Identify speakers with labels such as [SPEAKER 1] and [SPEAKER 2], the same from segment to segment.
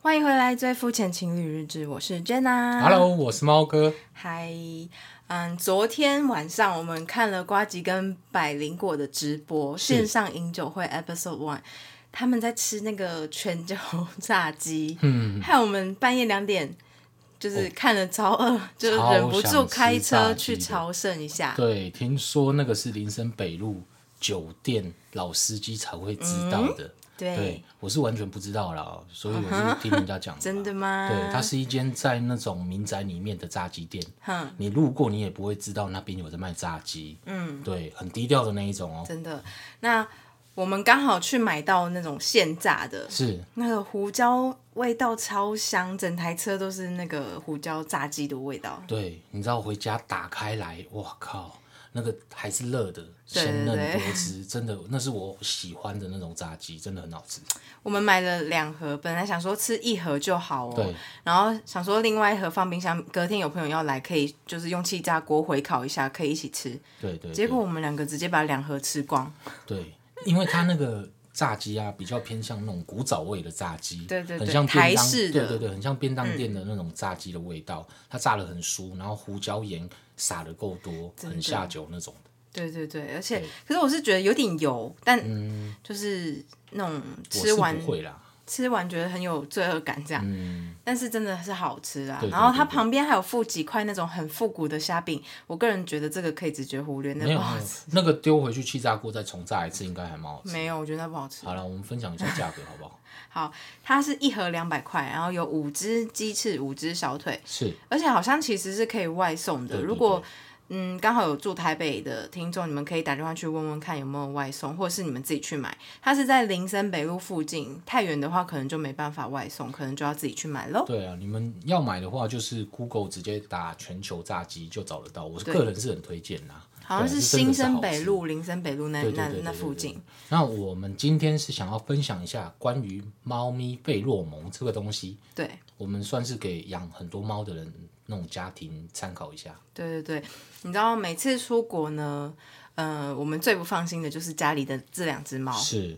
[SPEAKER 1] 欢迎回来，最肤浅情侣日志，我是 Jenna。
[SPEAKER 2] Hello，我是猫哥。
[SPEAKER 1] 嗨，嗯，昨天晚上我们看了瓜吉跟百灵果的直播
[SPEAKER 2] 是
[SPEAKER 1] 线上饮酒会 Episode One，他们在吃那个全球炸鸡，
[SPEAKER 2] 嗯，哦
[SPEAKER 1] 害我们半夜两点就是看了超饿，就
[SPEAKER 2] 超
[SPEAKER 1] 忍不住
[SPEAKER 2] 想吃
[SPEAKER 1] 开车
[SPEAKER 2] 炸鸡
[SPEAKER 1] 去
[SPEAKER 2] 的
[SPEAKER 1] 朝圣一下。
[SPEAKER 2] 对，听说那个是林森北路酒店老司机才会知道的。
[SPEAKER 1] 对，
[SPEAKER 2] 对，我是完全不知道啦，所以我是听人家讲、
[SPEAKER 1] 啊真的。吗？
[SPEAKER 2] 对，它是一间在那种民宅里面的炸鸡店，
[SPEAKER 1] 哼，
[SPEAKER 2] 你路过你也不会知道那边有在卖炸鸡。嗯，对，很低调的那一种哦。
[SPEAKER 1] 真的。那我们刚好去买到那种现炸的，
[SPEAKER 2] 是，
[SPEAKER 1] 那个胡椒味道超香，整台车都是那个胡椒炸鸡的味道。
[SPEAKER 2] 对，你知道回家打开来，哇靠，那个还是热的，
[SPEAKER 1] 对
[SPEAKER 2] 鲜嫩
[SPEAKER 1] 对
[SPEAKER 2] 多汁，真的，那是我喜欢的那种炸鸡，真的很好吃。
[SPEAKER 1] 我们买了两盒，本来想说吃一盒就好哦
[SPEAKER 2] 对，
[SPEAKER 1] 然后想说另外一盒放冰箱，隔天有朋友要来，可以就是用气炸锅回烤一下，可以一起吃。
[SPEAKER 2] 对对对。
[SPEAKER 1] 结果我们两个直接把两盒吃光。
[SPEAKER 2] 对，因为它那个炸鸡啊，比较偏向那种古早味的炸鸡，
[SPEAKER 1] 对对对
[SPEAKER 2] 很像便
[SPEAKER 1] 台
[SPEAKER 2] 当，
[SPEAKER 1] 式
[SPEAKER 2] 对
[SPEAKER 1] 的嗯
[SPEAKER 2] 对对，很像便当店的那种炸鸡的味道。它炸的很酥，然后胡椒盐撒的够多，
[SPEAKER 1] 的
[SPEAKER 2] 很下酒那种。
[SPEAKER 1] 对对对，而且
[SPEAKER 2] 对嗯
[SPEAKER 1] 可是我是觉得有点油，但就是那种
[SPEAKER 2] 我
[SPEAKER 1] 吃
[SPEAKER 2] 是
[SPEAKER 1] 完
[SPEAKER 2] 不会啦，
[SPEAKER 1] 吃完觉得很有罪恶感这样，但是真的是好吃啊。
[SPEAKER 2] 嗯对对
[SPEAKER 1] 然后它
[SPEAKER 2] 对对
[SPEAKER 1] 旁边还有附几块那种很复古的虾饼，我个人觉得这个可以直接忽略，那
[SPEAKER 2] 没有
[SPEAKER 1] 不好
[SPEAKER 2] 没有
[SPEAKER 1] 吃。嗯
[SPEAKER 2] 那个丢回去气炸锅再重炸一次，应该还蛮好吃。
[SPEAKER 1] 没有，我觉得那不好吃。
[SPEAKER 2] 好了，我们分享一下价格好 不好？
[SPEAKER 1] 好，它是一盒两百块，然后有五只鸡翅，五只小腿，
[SPEAKER 2] 是，
[SPEAKER 1] 而且好像其实是可以外送的。
[SPEAKER 2] 对对
[SPEAKER 1] 如果
[SPEAKER 2] 对
[SPEAKER 1] 嗯刚好有住台北的听众，你们可以打电话去问问看有没有外送，或者是你们自己去买。它是在林森北路附近，太远的话可能就没办法外送，可能就要自己去买喽。
[SPEAKER 2] 对啊，你们要买的话，就是 Google 直接打全球炸鸡就找得到。我是
[SPEAKER 1] 对
[SPEAKER 2] 个人是很推荐啦，
[SPEAKER 1] 好像
[SPEAKER 2] 对
[SPEAKER 1] 是
[SPEAKER 2] 啊这真
[SPEAKER 1] 新
[SPEAKER 2] 的是
[SPEAKER 1] 生
[SPEAKER 2] 好
[SPEAKER 1] 北
[SPEAKER 2] 吃
[SPEAKER 1] 路、林森北路那
[SPEAKER 2] 对对
[SPEAKER 1] 那
[SPEAKER 2] 对对
[SPEAKER 1] 那
[SPEAKER 2] 对
[SPEAKER 1] 附
[SPEAKER 2] 对
[SPEAKER 1] 近。
[SPEAKER 2] 那我们今天是想要分享一下关于猫咪费洛蒙这个东西，
[SPEAKER 1] 对
[SPEAKER 2] 我们算是给养很多猫的人那种家庭参考一下。
[SPEAKER 1] 对对对，你知道每次出国呢，呃，我们最不放心的就是家里的这两只猫。
[SPEAKER 2] 是，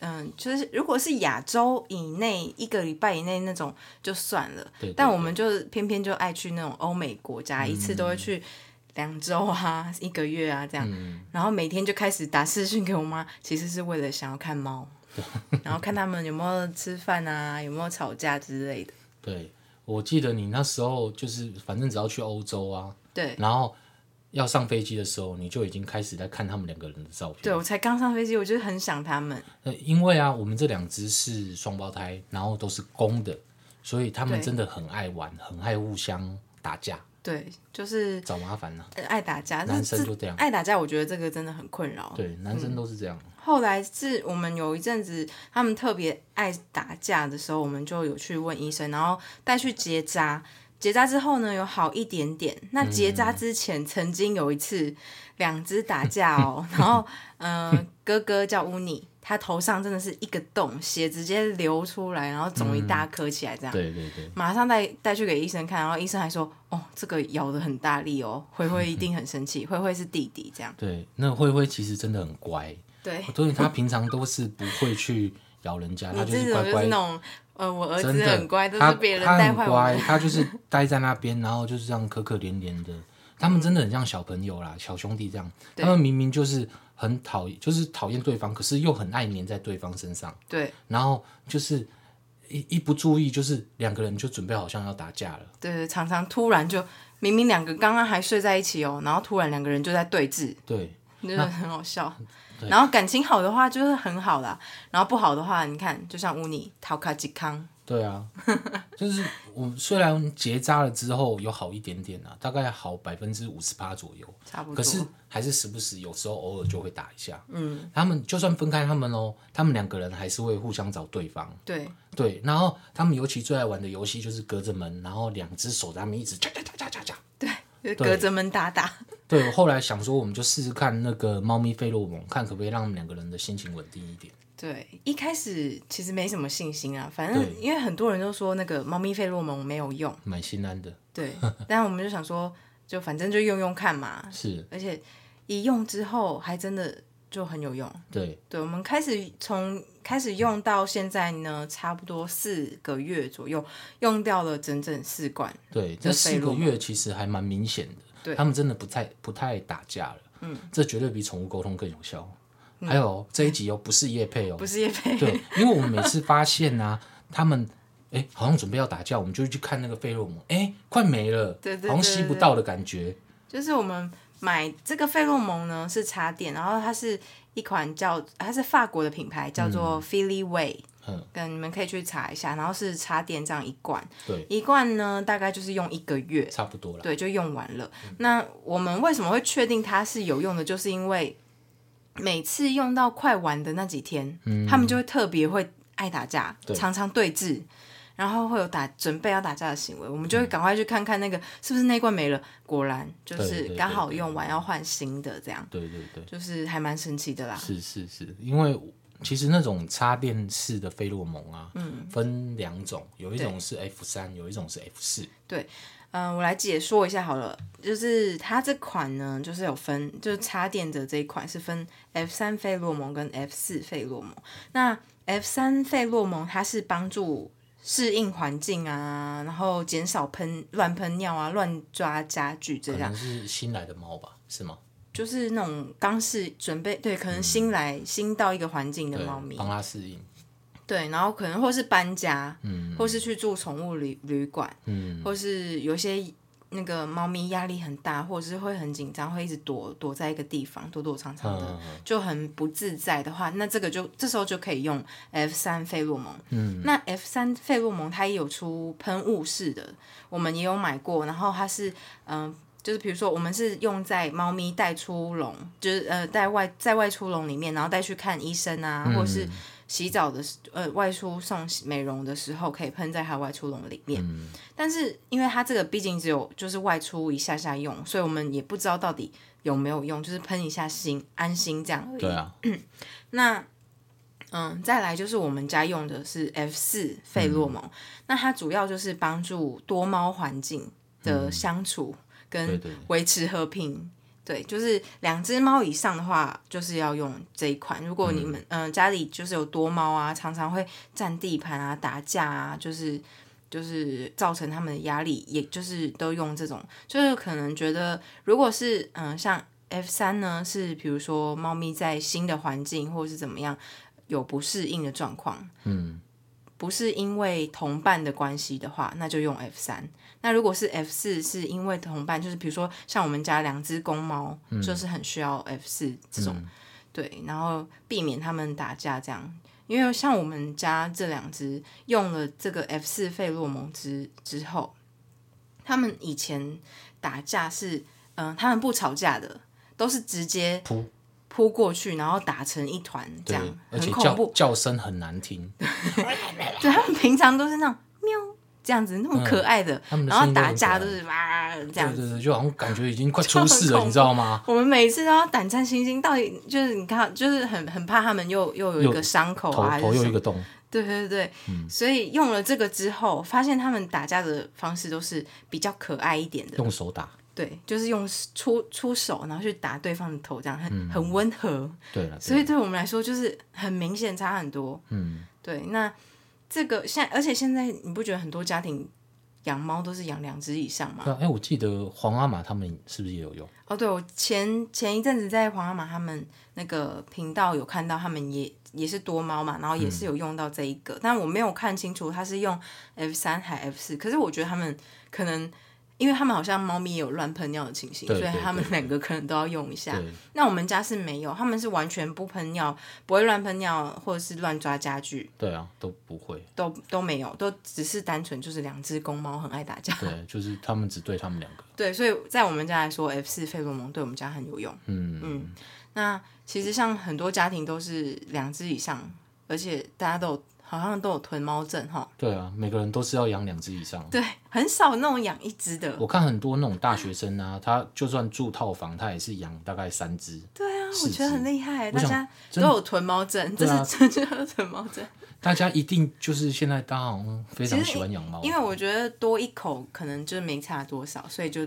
[SPEAKER 1] 嗯、就是如果是亚洲以内一个礼拜以内那种就算了，
[SPEAKER 2] 对对嗯
[SPEAKER 1] 但我们就偏偏就爱去那种欧美国家，一次都会去。两周啊，一个月啊，这样，
[SPEAKER 2] 嗯
[SPEAKER 1] 然后每天就开始打视讯给我妈，其实是为了想要看猫， 然后看他们有没有吃饭啊，有没有吵架之类的。
[SPEAKER 2] 对我记得你那时候就是，反正只要去欧洲啊，
[SPEAKER 1] 对，
[SPEAKER 2] 然后要上飞机的时候，你就已经开始在看他们两个人的照片。
[SPEAKER 1] 对，我才刚上飞机，我就是很想他们。
[SPEAKER 2] 呃，因为啊，我们这两只是双胞胎，然后都是公的，所以他们
[SPEAKER 1] 对
[SPEAKER 2] 真的很爱玩，很爱互相打架，
[SPEAKER 1] 对，就是、
[SPEAKER 2] 找麻烦啊了、
[SPEAKER 1] 呃爱打架，
[SPEAKER 2] 男生
[SPEAKER 1] 这
[SPEAKER 2] 就这样
[SPEAKER 1] 爱打架，我觉得这个真的很困扰。
[SPEAKER 2] 对，男
[SPEAKER 1] 嗯
[SPEAKER 2] 生都是这样。
[SPEAKER 1] 后来是我们有一阵子他们特别爱打架的时候，我们就有去问医生，然后带去结扎。结扎之后呢，有好一点点。那
[SPEAKER 2] 嗯
[SPEAKER 1] 结扎之前，曾经有一次两只打架 哦，然后嗯、呃哥哥叫乌尼，他头上真的是一个洞，血直接流出来，然后肿
[SPEAKER 2] 嗯
[SPEAKER 1] 一大颗起来这样。
[SPEAKER 2] 对对对，
[SPEAKER 1] 马上带带去给医生看，然后医生还说：“哦，这个咬的很大力哦，灰灰一定很生 气，灰灰是弟弟这样。
[SPEAKER 2] 对，那灰灰其实真的很乖，”
[SPEAKER 1] 对，
[SPEAKER 2] 所以他平常都是不会去咬人家，他
[SPEAKER 1] 哎你
[SPEAKER 2] 就
[SPEAKER 1] 这
[SPEAKER 2] 是
[SPEAKER 1] 种
[SPEAKER 2] 乖
[SPEAKER 1] 就是那
[SPEAKER 2] 乖，
[SPEAKER 1] 种，呃，我儿
[SPEAKER 2] 真
[SPEAKER 1] 子
[SPEAKER 2] 的
[SPEAKER 1] 很乖，都
[SPEAKER 2] 他
[SPEAKER 1] 是别人
[SPEAKER 2] 他
[SPEAKER 1] 带
[SPEAKER 2] 很
[SPEAKER 1] 坏我
[SPEAKER 2] 乖，
[SPEAKER 1] 们。
[SPEAKER 2] 他就是待在那边，然后就是这样可可怜怜的。他们真的很像小朋友啦，小兄弟这样。
[SPEAKER 1] 对
[SPEAKER 2] 他们明明就是很讨厌，就是讨厌对方，可是又很爱黏在对方身上。
[SPEAKER 1] 对
[SPEAKER 2] 然后就是一一不注意，就是两个人就准备好像要打架了。
[SPEAKER 1] 对对，常常突然就明明两个刚刚还睡在一起哦，然后突然两个人就在对峙，
[SPEAKER 2] 对，
[SPEAKER 1] 真的很好 笑。然后感情好的话就是很好啦，然后不好的话，你看就像乌尼陶卡吉康，
[SPEAKER 2] 对啊， 就是我虽然结扎了之后有好一点点啊，大概好百分之五十八左右，
[SPEAKER 1] 差不多。
[SPEAKER 2] 可是还是时不时有时候偶尔就会打一下。嗯，他们就算分开他们哦，他们两个人还是会互相找对方。
[SPEAKER 1] 对
[SPEAKER 2] 对，然后他们尤其最爱玩的游戏就是隔着门，然后两只手在他们一直掐掐掐掐掐掐。
[SPEAKER 1] 就是隔着门打打。
[SPEAKER 2] 对，我后来想说，我们就试试看那个猫咪费洛蒙，看可不可以让他们两个人的心情稳定一点。
[SPEAKER 1] 对，一开始其实没什么信心啊，反正
[SPEAKER 2] 对
[SPEAKER 1] 因为很多人都说那个猫咪费洛蒙没有用，
[SPEAKER 2] 蛮心安的，
[SPEAKER 1] 对，但我们就想说，就反正就用用看嘛，
[SPEAKER 2] 是
[SPEAKER 1] 而且一用之后还真的就很有用。
[SPEAKER 2] 对，
[SPEAKER 1] 对，我们开始从开始用到现在呢，差不多四个月左右，用掉了整整四罐。
[SPEAKER 2] 对，这四个月其实还蛮明显的，
[SPEAKER 1] 对
[SPEAKER 2] 他们真的不太不太打架了。嗯，这绝对比宠物沟通更有效。
[SPEAKER 1] 嗯
[SPEAKER 2] 还有这一集哦，不是叶配哦
[SPEAKER 1] 不，是叶配，
[SPEAKER 2] 对，因为我们每次发现啊，他们哎好像准备要打架，我们就去看那个费洛蒙，哎快没了，
[SPEAKER 1] 对对对
[SPEAKER 2] 好像吸不到的感觉。
[SPEAKER 1] 就是我们买这个费洛蒙呢是茶点，然后它是一款叫它是法国的品牌，叫做 f i l i Way，
[SPEAKER 2] 嗯，
[SPEAKER 1] 跟你们可以去查一下，然后是茶点这样一罐，
[SPEAKER 2] 对，
[SPEAKER 1] 一罐呢大概就是用一个月，
[SPEAKER 2] 差不多了。嗯
[SPEAKER 1] 对，就用完了。那我们为什么会确定它是有用的，就是因为每次用到快完的那几天，他们就会特别会爱打架，
[SPEAKER 2] 嗯对
[SPEAKER 1] 常常对峙。然后会有打准备要打架的行为，我们就会赶快去看看那个、是不是那一罐没了，果然就
[SPEAKER 2] 嗯对对
[SPEAKER 1] 是
[SPEAKER 2] 对
[SPEAKER 1] 刚好
[SPEAKER 2] 对
[SPEAKER 1] 用完要换新的，这样
[SPEAKER 2] 对对对，
[SPEAKER 1] 就是还蛮神奇的啦。
[SPEAKER 2] 是是是，因为其实那种插电式的费洛蒙啊，
[SPEAKER 1] 嗯
[SPEAKER 2] 分两种，有一种是 F 三，有一种是 F 四。
[SPEAKER 1] 嗯，我来解说一下好了，就是它这款呢，就是有分，就是插电的这一款是分 F 三费洛蒙跟 F 四费洛蒙。那 F 三费洛蒙它是帮助适应环境啊，然后减少喷乱喷尿啊、乱抓家具这
[SPEAKER 2] 可
[SPEAKER 1] 样，
[SPEAKER 2] 能是新来的猫吧，是吗？
[SPEAKER 1] 就是那种刚是准备对，可能新来、新到一个环境的
[SPEAKER 2] 对
[SPEAKER 1] 猫，咪，
[SPEAKER 2] 帮它适应。
[SPEAKER 1] 对，然后可能或是搬家，
[SPEAKER 2] 嗯，
[SPEAKER 1] 或是去住宠物旅旅馆，
[SPEAKER 2] 嗯，
[SPEAKER 1] 或是有些那个猫咪压力很大，或者是会很紧张，会一直躲躲在一个地方，躲躲藏藏的，
[SPEAKER 2] 嗯
[SPEAKER 1] 就很不自在的话，那这个就这时候就可以用 F 三费洛蒙。嗯，那 F 三费洛蒙它也有出喷雾式的，我们也有买过，然后它是嗯。就是比如说，我们是用在猫咪带出笼，就是呃带外在外出笼里面，然后带去看医生啊，或是洗澡的时呃外出送美容的时候，可以喷在它外出笼里面。但是因为它这个毕竟只有就是外出一下下用，所以我们也不知道到底有没有用，就是喷一下心安心这样而已。
[SPEAKER 2] 对啊，
[SPEAKER 1] 那嗯，再来就是我们家用的是 F 四费洛蒙，那它主要就是帮助多猫环境的相处
[SPEAKER 2] 对
[SPEAKER 1] 跟
[SPEAKER 2] 对
[SPEAKER 1] 维持和平。对，就是两只猫以上的话，就是要用这一款。如果你们嗯、呃家里就是有多猫啊，常常会占地盘啊、打架啊，就是就是造成他们的压力，也就是都用这种，就是可能觉得如果是嗯、呃像 F 三呢，是比如说猫咪在新的环境或者是怎么样有不适应的状况，
[SPEAKER 2] 嗯，
[SPEAKER 1] 不是因为同伴的关系的话，那就用 F 三。那如果是 F 四，是因为同伴，就是比如说像我们家两只公猫，
[SPEAKER 2] 嗯
[SPEAKER 1] 就是很需要 F 四这种，对，然后避免它们打架这样。因为像我们家这两只用了这个 F 四费洛蒙之之后，他们以前打架是，嗯、他们不吵架的，都是直接
[SPEAKER 2] 扑
[SPEAKER 1] 扑过去，然后打成一团这
[SPEAKER 2] 对
[SPEAKER 1] 样，，
[SPEAKER 2] 而
[SPEAKER 1] 很
[SPEAKER 2] 且
[SPEAKER 1] 恐
[SPEAKER 2] 叫
[SPEAKER 1] 怖。
[SPEAKER 2] 叫声很难听，
[SPEAKER 1] 对他们平常都是那种喵这样子，那么可爱的，
[SPEAKER 2] 嗯他们的
[SPEAKER 1] 然
[SPEAKER 2] 声
[SPEAKER 1] 后
[SPEAKER 2] 音都
[SPEAKER 1] 打
[SPEAKER 2] 很可
[SPEAKER 1] 架
[SPEAKER 2] 爱
[SPEAKER 1] 都是哇这样
[SPEAKER 2] 对
[SPEAKER 1] 子。
[SPEAKER 2] 对对，就好像感觉已经快
[SPEAKER 1] 就
[SPEAKER 2] 出
[SPEAKER 1] 很
[SPEAKER 2] 事了，
[SPEAKER 1] 恐
[SPEAKER 2] 你知道吗？
[SPEAKER 1] 我们每次都要胆战心惊，到底就是你看，就是很很怕他们又又有一个
[SPEAKER 2] 又
[SPEAKER 1] 伤口
[SPEAKER 2] 头
[SPEAKER 1] 啊，还
[SPEAKER 2] 头
[SPEAKER 1] 是
[SPEAKER 2] 又
[SPEAKER 1] 什
[SPEAKER 2] 一
[SPEAKER 1] 么？
[SPEAKER 2] 个嗯洞，
[SPEAKER 1] 对对对，所以用了这个之后，发现他们打架的方式都是比较可爱一点的，
[SPEAKER 2] 用手打。
[SPEAKER 1] 对，就是用出出手，然后去打对方的头，这样很、很温和。
[SPEAKER 2] 嗯对了，
[SPEAKER 1] 所以对我们来说就是很明显差很多。
[SPEAKER 2] 嗯，
[SPEAKER 1] 对，那这个现在，而且现在你不觉得很多家庭养猫都是养两只以上吗？
[SPEAKER 2] 对啊，哎，我记得皇阿玛他们是不是也有用？
[SPEAKER 1] 哦，对，我前前一阵子在皇阿玛他们那个频道有看到，他们也也是多猫嘛，然后也是
[SPEAKER 2] 嗯
[SPEAKER 1] 有用到这一个，但我没有看清楚他是用 F 三还 F 四，可是我觉得他们可能。因为他们好像猫咪也有乱喷尿的情形，
[SPEAKER 2] 对
[SPEAKER 1] 所以
[SPEAKER 2] 对
[SPEAKER 1] 他们两个可能都要用一下。
[SPEAKER 2] 对，
[SPEAKER 1] 那我们家是没有，他们是完全不喷尿，不会乱喷尿，或者是乱抓家具，
[SPEAKER 2] 对啊，都 不会。
[SPEAKER 1] 都都没有，都只是单纯就是两只公猫很爱打架。
[SPEAKER 2] 对，就是他们只对他们两个。
[SPEAKER 1] 对，所以在我们家来说，F 四费洛蒙对我们家很有用。
[SPEAKER 2] 嗯
[SPEAKER 1] 嗯，那其实像很多家庭都是两只以上，而且大家都有好像都有囤猫症哈。
[SPEAKER 2] 对啊，每个人都是要养两只以上。
[SPEAKER 1] 对，很少那种养一只的。
[SPEAKER 2] 我看很多那种大学生啊，他就算住套房，他也是养大概三只。
[SPEAKER 1] 对啊，我
[SPEAKER 2] 是
[SPEAKER 1] 觉得很厉害，大
[SPEAKER 2] 想
[SPEAKER 1] 家都
[SPEAKER 2] 真
[SPEAKER 1] 有囤猫症，这
[SPEAKER 2] 对啊
[SPEAKER 1] 是这就是囤猫症。
[SPEAKER 2] 大家一定就是现在大家好像非常
[SPEAKER 1] 其实
[SPEAKER 2] 喜欢养猫，
[SPEAKER 1] 因为我觉得多一口可能就没差多少，所以就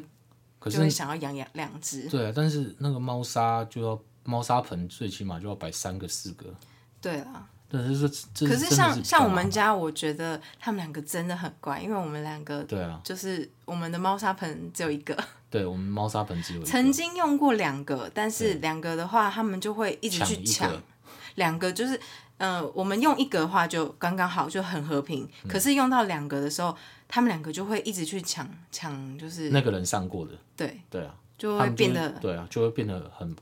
[SPEAKER 2] 可
[SPEAKER 1] 就会
[SPEAKER 2] 是
[SPEAKER 1] 想要养养两只。
[SPEAKER 2] 对啊，但是那个猫砂就要猫砂盆最起码就要摆三个四个，
[SPEAKER 1] 对啊，
[SPEAKER 2] 但是这这
[SPEAKER 1] 可
[SPEAKER 2] 真
[SPEAKER 1] 是
[SPEAKER 2] 的是
[SPEAKER 1] 像
[SPEAKER 2] 比较
[SPEAKER 1] 像我
[SPEAKER 2] 麻
[SPEAKER 1] 们
[SPEAKER 2] 烦
[SPEAKER 1] 家，我觉得他们两个真的很乖，因为我们两个
[SPEAKER 2] 对啊，
[SPEAKER 1] 就是我们的猫砂盆只有一个，
[SPEAKER 2] 对我们猫砂盆只有一个
[SPEAKER 1] 曾经用过两个，但是两个的话，他们就会一直
[SPEAKER 2] 抢
[SPEAKER 1] 去
[SPEAKER 2] 一
[SPEAKER 1] 抢
[SPEAKER 2] 个。
[SPEAKER 1] 两个就是，呃，我们用一个的话就刚刚好，就很和平。
[SPEAKER 2] 嗯
[SPEAKER 1] 可是用到两个的时候，他们两个就会一直去抢抢，就是
[SPEAKER 2] 那个人上过的，
[SPEAKER 1] 对，
[SPEAKER 2] 对啊，
[SPEAKER 1] 就
[SPEAKER 2] 他
[SPEAKER 1] 会
[SPEAKER 2] 们就
[SPEAKER 1] 变得
[SPEAKER 2] 对啊，就会变得很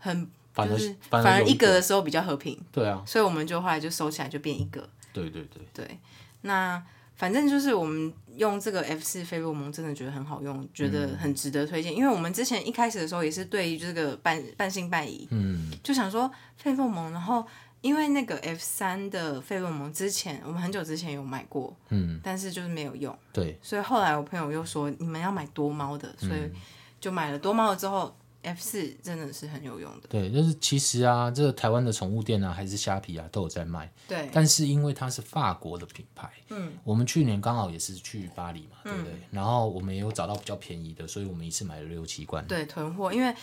[SPEAKER 1] 很，
[SPEAKER 2] 反而、
[SPEAKER 1] 就是
[SPEAKER 2] 反
[SPEAKER 1] 反
[SPEAKER 2] 而
[SPEAKER 1] 而
[SPEAKER 2] 有
[SPEAKER 1] 一个的时候比较和平，
[SPEAKER 2] 对啊，
[SPEAKER 1] 所以我们就后来就收起来，就变一个。
[SPEAKER 2] 对对对，
[SPEAKER 1] 对，那反正就是我们用这个 F 四费洛蒙真的觉得很好用，觉
[SPEAKER 2] 嗯
[SPEAKER 1] 得很值得推荐。因为我们之前一开始的时候也是对于这个半半信半疑，
[SPEAKER 2] 嗯，
[SPEAKER 1] 就想说费洛蒙，然后。因为那个 F 三的费洛蒙之前，我们很久之前有买过，
[SPEAKER 2] 嗯，
[SPEAKER 1] 但是就是没有用，
[SPEAKER 2] 对，
[SPEAKER 1] 所以后来我朋友又说你们要买多猫的，所
[SPEAKER 2] 嗯
[SPEAKER 1] 以就买了多猫了之后，F 四真的是很有用的。
[SPEAKER 2] 对，就是其实啊，这个台湾的宠物店啊，还是虾皮啊，都有在卖。
[SPEAKER 1] 对，
[SPEAKER 2] 但是因为它是法国的品牌，嗯，我们去年刚好也是去巴黎嘛，
[SPEAKER 1] 嗯
[SPEAKER 2] 对不对？然后我们也有找到比较便宜的，所以我们一次买了六七罐。
[SPEAKER 1] 对，囤货，因为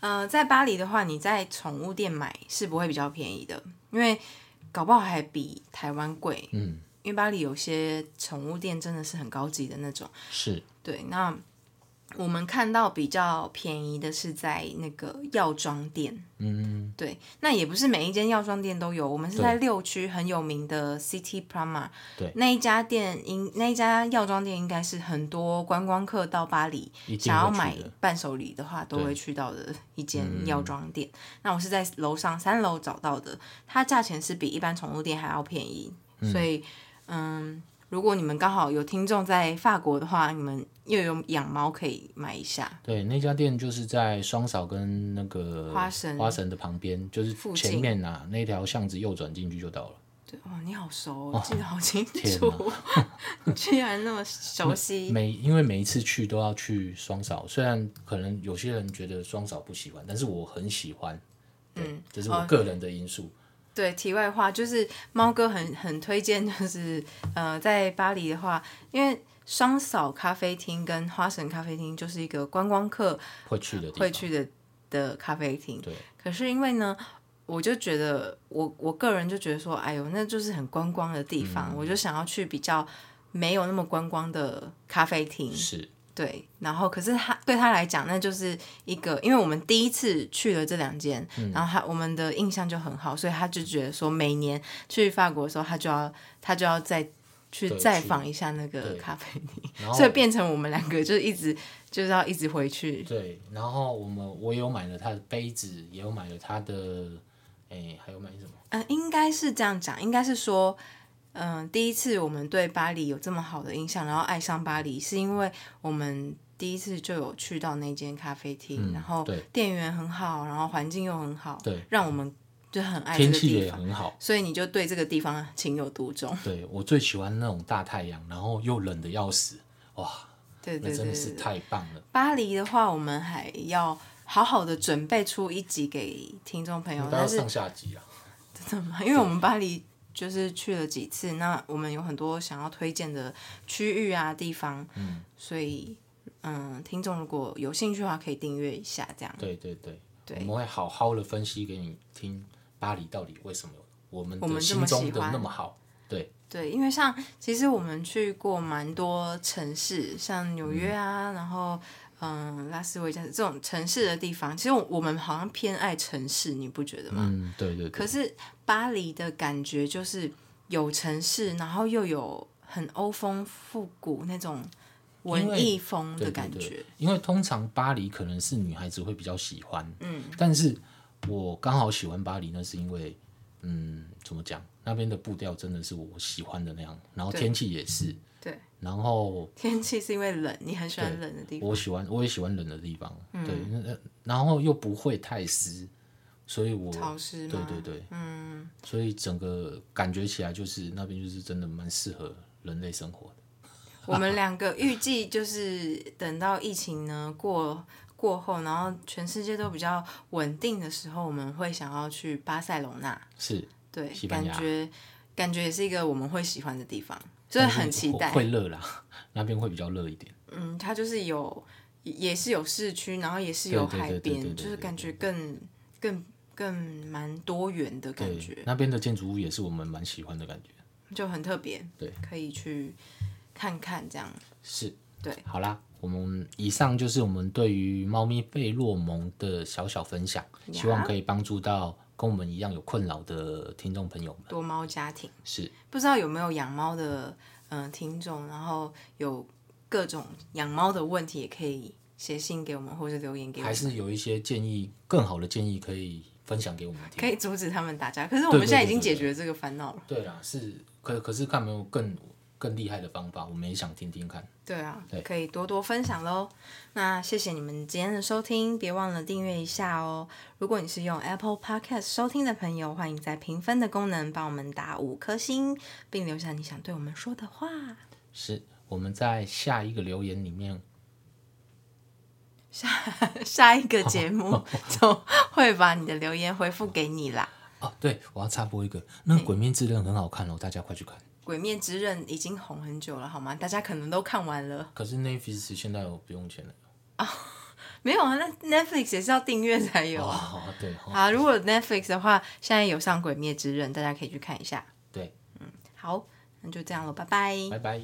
[SPEAKER 1] 呃，在巴黎的话，你在宠物店买是不会比较便宜的，因为搞不好还比台湾贵。
[SPEAKER 2] 嗯，
[SPEAKER 1] 因为巴黎有些宠物店真的是很高级的那种。
[SPEAKER 2] 是，
[SPEAKER 1] 对，那我们看到比较便宜的是在那个药妆店。
[SPEAKER 2] 嗯，
[SPEAKER 1] 对，那也不是每一间药妆店都有，我们是在六区很有名的 City Prima。
[SPEAKER 2] 对
[SPEAKER 1] 那一家店应那一家药妆店应该是很多观光客到巴黎
[SPEAKER 2] 一定
[SPEAKER 1] 想要
[SPEAKER 2] 会
[SPEAKER 1] 买
[SPEAKER 2] 去的。
[SPEAKER 1] 伴手礼的话，都
[SPEAKER 2] 对
[SPEAKER 1] 会去到的一间药妆店。
[SPEAKER 2] 嗯
[SPEAKER 1] 那我是在楼上三楼找到的，它价钱是比一般宠物店还要便宜，所以嗯，如果你们刚好有听众在法国的话，你们又有养猫可以买一下。
[SPEAKER 2] 对，那家店就是在双嫂跟那个
[SPEAKER 1] 花神
[SPEAKER 2] 花神的旁边，就是
[SPEAKER 1] 附
[SPEAKER 2] 前
[SPEAKER 1] 近
[SPEAKER 2] 面啊那条巷子右转进去就到了。
[SPEAKER 1] 对，哇，你好熟、哦，记得好清
[SPEAKER 2] 天
[SPEAKER 1] 楚， 你居然那么熟悉。
[SPEAKER 2] 每因为每一次去都要去双嫂，虽然可能有些人觉得双嫂不喜欢，但是我很喜欢。对，
[SPEAKER 1] 嗯
[SPEAKER 2] 这是
[SPEAKER 1] 哦
[SPEAKER 2] 我个人的因素。
[SPEAKER 1] 对，题外话就是猫哥很很推荐，就是呃，在巴黎的话，因为双嫂咖啡厅跟花神咖啡厅就是一个观光客
[SPEAKER 2] 会去的地
[SPEAKER 1] 会
[SPEAKER 2] 方。
[SPEAKER 1] 去的的咖啡厅。
[SPEAKER 2] 对，
[SPEAKER 1] 可是因为呢，我就觉得我我个人就觉得说，哎呦，那就是很观光的地方，
[SPEAKER 2] 嗯
[SPEAKER 1] 我就想要去比较没有那么观光的咖啡厅。
[SPEAKER 2] 是，
[SPEAKER 1] 对，然后可是他对他来讲，那就是一个，因为我们第一次去了这两间，
[SPEAKER 2] 嗯
[SPEAKER 1] 然后他我们的印象就很好，所以他就觉得说，每年去法国的时候，他就要他就要再去
[SPEAKER 2] 对
[SPEAKER 1] 再
[SPEAKER 2] 去
[SPEAKER 1] 访一下那个
[SPEAKER 2] 对
[SPEAKER 1] 咖啡厅，
[SPEAKER 2] 然后
[SPEAKER 1] 嗯所以变成我们两个就一直就是要一直回去。
[SPEAKER 2] 对，然后我们我有买了他的杯子，也有买了他的，哎，还有买什么？
[SPEAKER 1] 嗯、应该是这样讲，应该是说，嗯、第一次我们对巴黎有这么好的印象，然后爱上巴黎，是因为我们第一次就有去到那间咖啡厅，
[SPEAKER 2] 嗯
[SPEAKER 1] 然后
[SPEAKER 2] 对
[SPEAKER 1] 店员很好，然后环境又很好，
[SPEAKER 2] 对，
[SPEAKER 1] 让我们就很爱这
[SPEAKER 2] 天
[SPEAKER 1] 个
[SPEAKER 2] 气
[SPEAKER 1] 地
[SPEAKER 2] 也
[SPEAKER 1] 方，
[SPEAKER 2] 很好。
[SPEAKER 1] 所以你就对这个地方情有独钟。
[SPEAKER 2] 对我最喜欢那种大太阳，然后又冷的要死，哇，
[SPEAKER 1] 对
[SPEAKER 2] 那
[SPEAKER 1] 对
[SPEAKER 2] 真
[SPEAKER 1] 对
[SPEAKER 2] 的是
[SPEAKER 1] 对对。
[SPEAKER 2] 太棒了。
[SPEAKER 1] 巴黎的话，我们还要好好的准备出一集给听众朋友
[SPEAKER 2] 应，该要
[SPEAKER 1] 但是
[SPEAKER 2] 上下集啊。
[SPEAKER 1] 真的吗？因为我们巴黎就是去了几次，那我们有很多想要推荐的区域啊地方，嗯，所以嗯，听众如果有兴趣的话，可以订阅一下这样。
[SPEAKER 2] 对对对，
[SPEAKER 1] 对
[SPEAKER 2] 我们会好好的分析给你听，巴黎到底为什么我们
[SPEAKER 1] 我们
[SPEAKER 2] 的
[SPEAKER 1] 这
[SPEAKER 2] 心
[SPEAKER 1] 么
[SPEAKER 2] 中
[SPEAKER 1] 喜
[SPEAKER 2] 的
[SPEAKER 1] 欢
[SPEAKER 2] 那么好。对，
[SPEAKER 1] 对，因为像其实我们去过蛮多城市，像纽约啊，然后嗯拉斯维加斯这种城市的地方，其实我我们好像偏爱城市，你不觉得吗？
[SPEAKER 2] 嗯，对对
[SPEAKER 1] 可
[SPEAKER 2] 对，
[SPEAKER 1] 是巴黎的感觉就是有城市，然后又有很欧风复古那种文艺风的感觉。
[SPEAKER 2] 对对因为通常巴黎可能是女孩子会比较喜欢，嗯，但是我刚好喜欢巴黎，那是因为，嗯，怎么讲，那边的步调真的是我喜欢的那样，然后
[SPEAKER 1] 对
[SPEAKER 2] 天气也是，
[SPEAKER 1] 对，
[SPEAKER 2] 然后
[SPEAKER 1] 天气是因为冷，你很喜欢冷的地方。
[SPEAKER 2] 我喜欢，我也喜欢冷的地方，
[SPEAKER 1] 嗯
[SPEAKER 2] 对，那然后又不会太湿，所以我
[SPEAKER 1] 潮湿
[SPEAKER 2] 对
[SPEAKER 1] 吗？
[SPEAKER 2] 对对，嗯，所以整个感觉起来就是那边就是真的蛮适合人类生活的。
[SPEAKER 1] 我们两个预计就是等到疫情呢过过后，然后全世界都比较稳定的时候，我们会想要去巴塞隆纳。
[SPEAKER 2] 是，
[SPEAKER 1] 对
[SPEAKER 2] 西，班
[SPEAKER 1] 感
[SPEAKER 2] 牙
[SPEAKER 1] 觉感觉也是一个我们会喜欢的地方，所以
[SPEAKER 2] 但是
[SPEAKER 1] 很期
[SPEAKER 2] 会
[SPEAKER 1] 待。
[SPEAKER 2] 会热啦， 那边会比较热一点。
[SPEAKER 1] 嗯，它就是有，也也是有市区，然后也是
[SPEAKER 2] 对
[SPEAKER 1] 有
[SPEAKER 2] 对
[SPEAKER 1] 海
[SPEAKER 2] 对对对
[SPEAKER 1] 边，
[SPEAKER 2] 对
[SPEAKER 1] 就是
[SPEAKER 2] 对
[SPEAKER 1] 感觉更更更蛮多元的感
[SPEAKER 2] 对
[SPEAKER 1] 觉，，
[SPEAKER 2] 那边的建筑物也是我们蛮喜欢的感觉。
[SPEAKER 1] 就很特别，
[SPEAKER 2] 对，
[SPEAKER 1] 可以去看看这样。
[SPEAKER 2] 是，
[SPEAKER 1] 对，
[SPEAKER 2] 好啦，我们以上就是我们对于猫咪费洛蒙的小小分享，
[SPEAKER 1] 呀
[SPEAKER 2] 希望可以帮助到跟我们一样有困扰的听众朋友们。
[SPEAKER 1] 多猫家庭，
[SPEAKER 2] 是，
[SPEAKER 1] 不知道有没有养猫的嗯、呃听众，然后有各种养猫的问题，也可以写信给我们或者留言给我
[SPEAKER 2] 还
[SPEAKER 1] 们，
[SPEAKER 2] 是有一些建议，更好的建议可以分享给我们听。
[SPEAKER 1] 可以阻止他们打架。可是我
[SPEAKER 2] 对
[SPEAKER 1] 们
[SPEAKER 2] 对
[SPEAKER 1] 现在已
[SPEAKER 2] 对
[SPEAKER 1] 经
[SPEAKER 2] 对
[SPEAKER 1] 解决这个烦恼了。
[SPEAKER 2] 对啦，是，可可是看有没有更更厉害的方法，我们也想听听看。
[SPEAKER 1] 对啊
[SPEAKER 2] 对，
[SPEAKER 1] 可以多多分享喽。那谢谢你们今天的收听，别忘了订阅一下哦。如果你是用 Apple Podcast 收听的朋友，欢迎在评分的功能帮我们打五颗星，并留下你想对我们说的话。
[SPEAKER 2] 是，我们在下一个留言里面，
[SPEAKER 1] 下一个节目就会把你的留言回复给你啦。
[SPEAKER 2] 哦，对，我要插播一个，那个《鬼面之刃》很好看哦，大家快去看。
[SPEAKER 1] 《鬼灭之刃》已经红很久了，好吗？大家可能都看完了。
[SPEAKER 2] 可是 Netflix 现在有不用钱了。
[SPEAKER 1] 没有啊，那 Netflix 也是要订阅才有啊。
[SPEAKER 2] 哦，对哦，
[SPEAKER 1] 好，如果 Netflix 的话，现在有上《鬼灭之刃》，大家可以去看一下。
[SPEAKER 2] 对，
[SPEAKER 1] 好，那就这样了，拜拜。
[SPEAKER 2] 拜拜。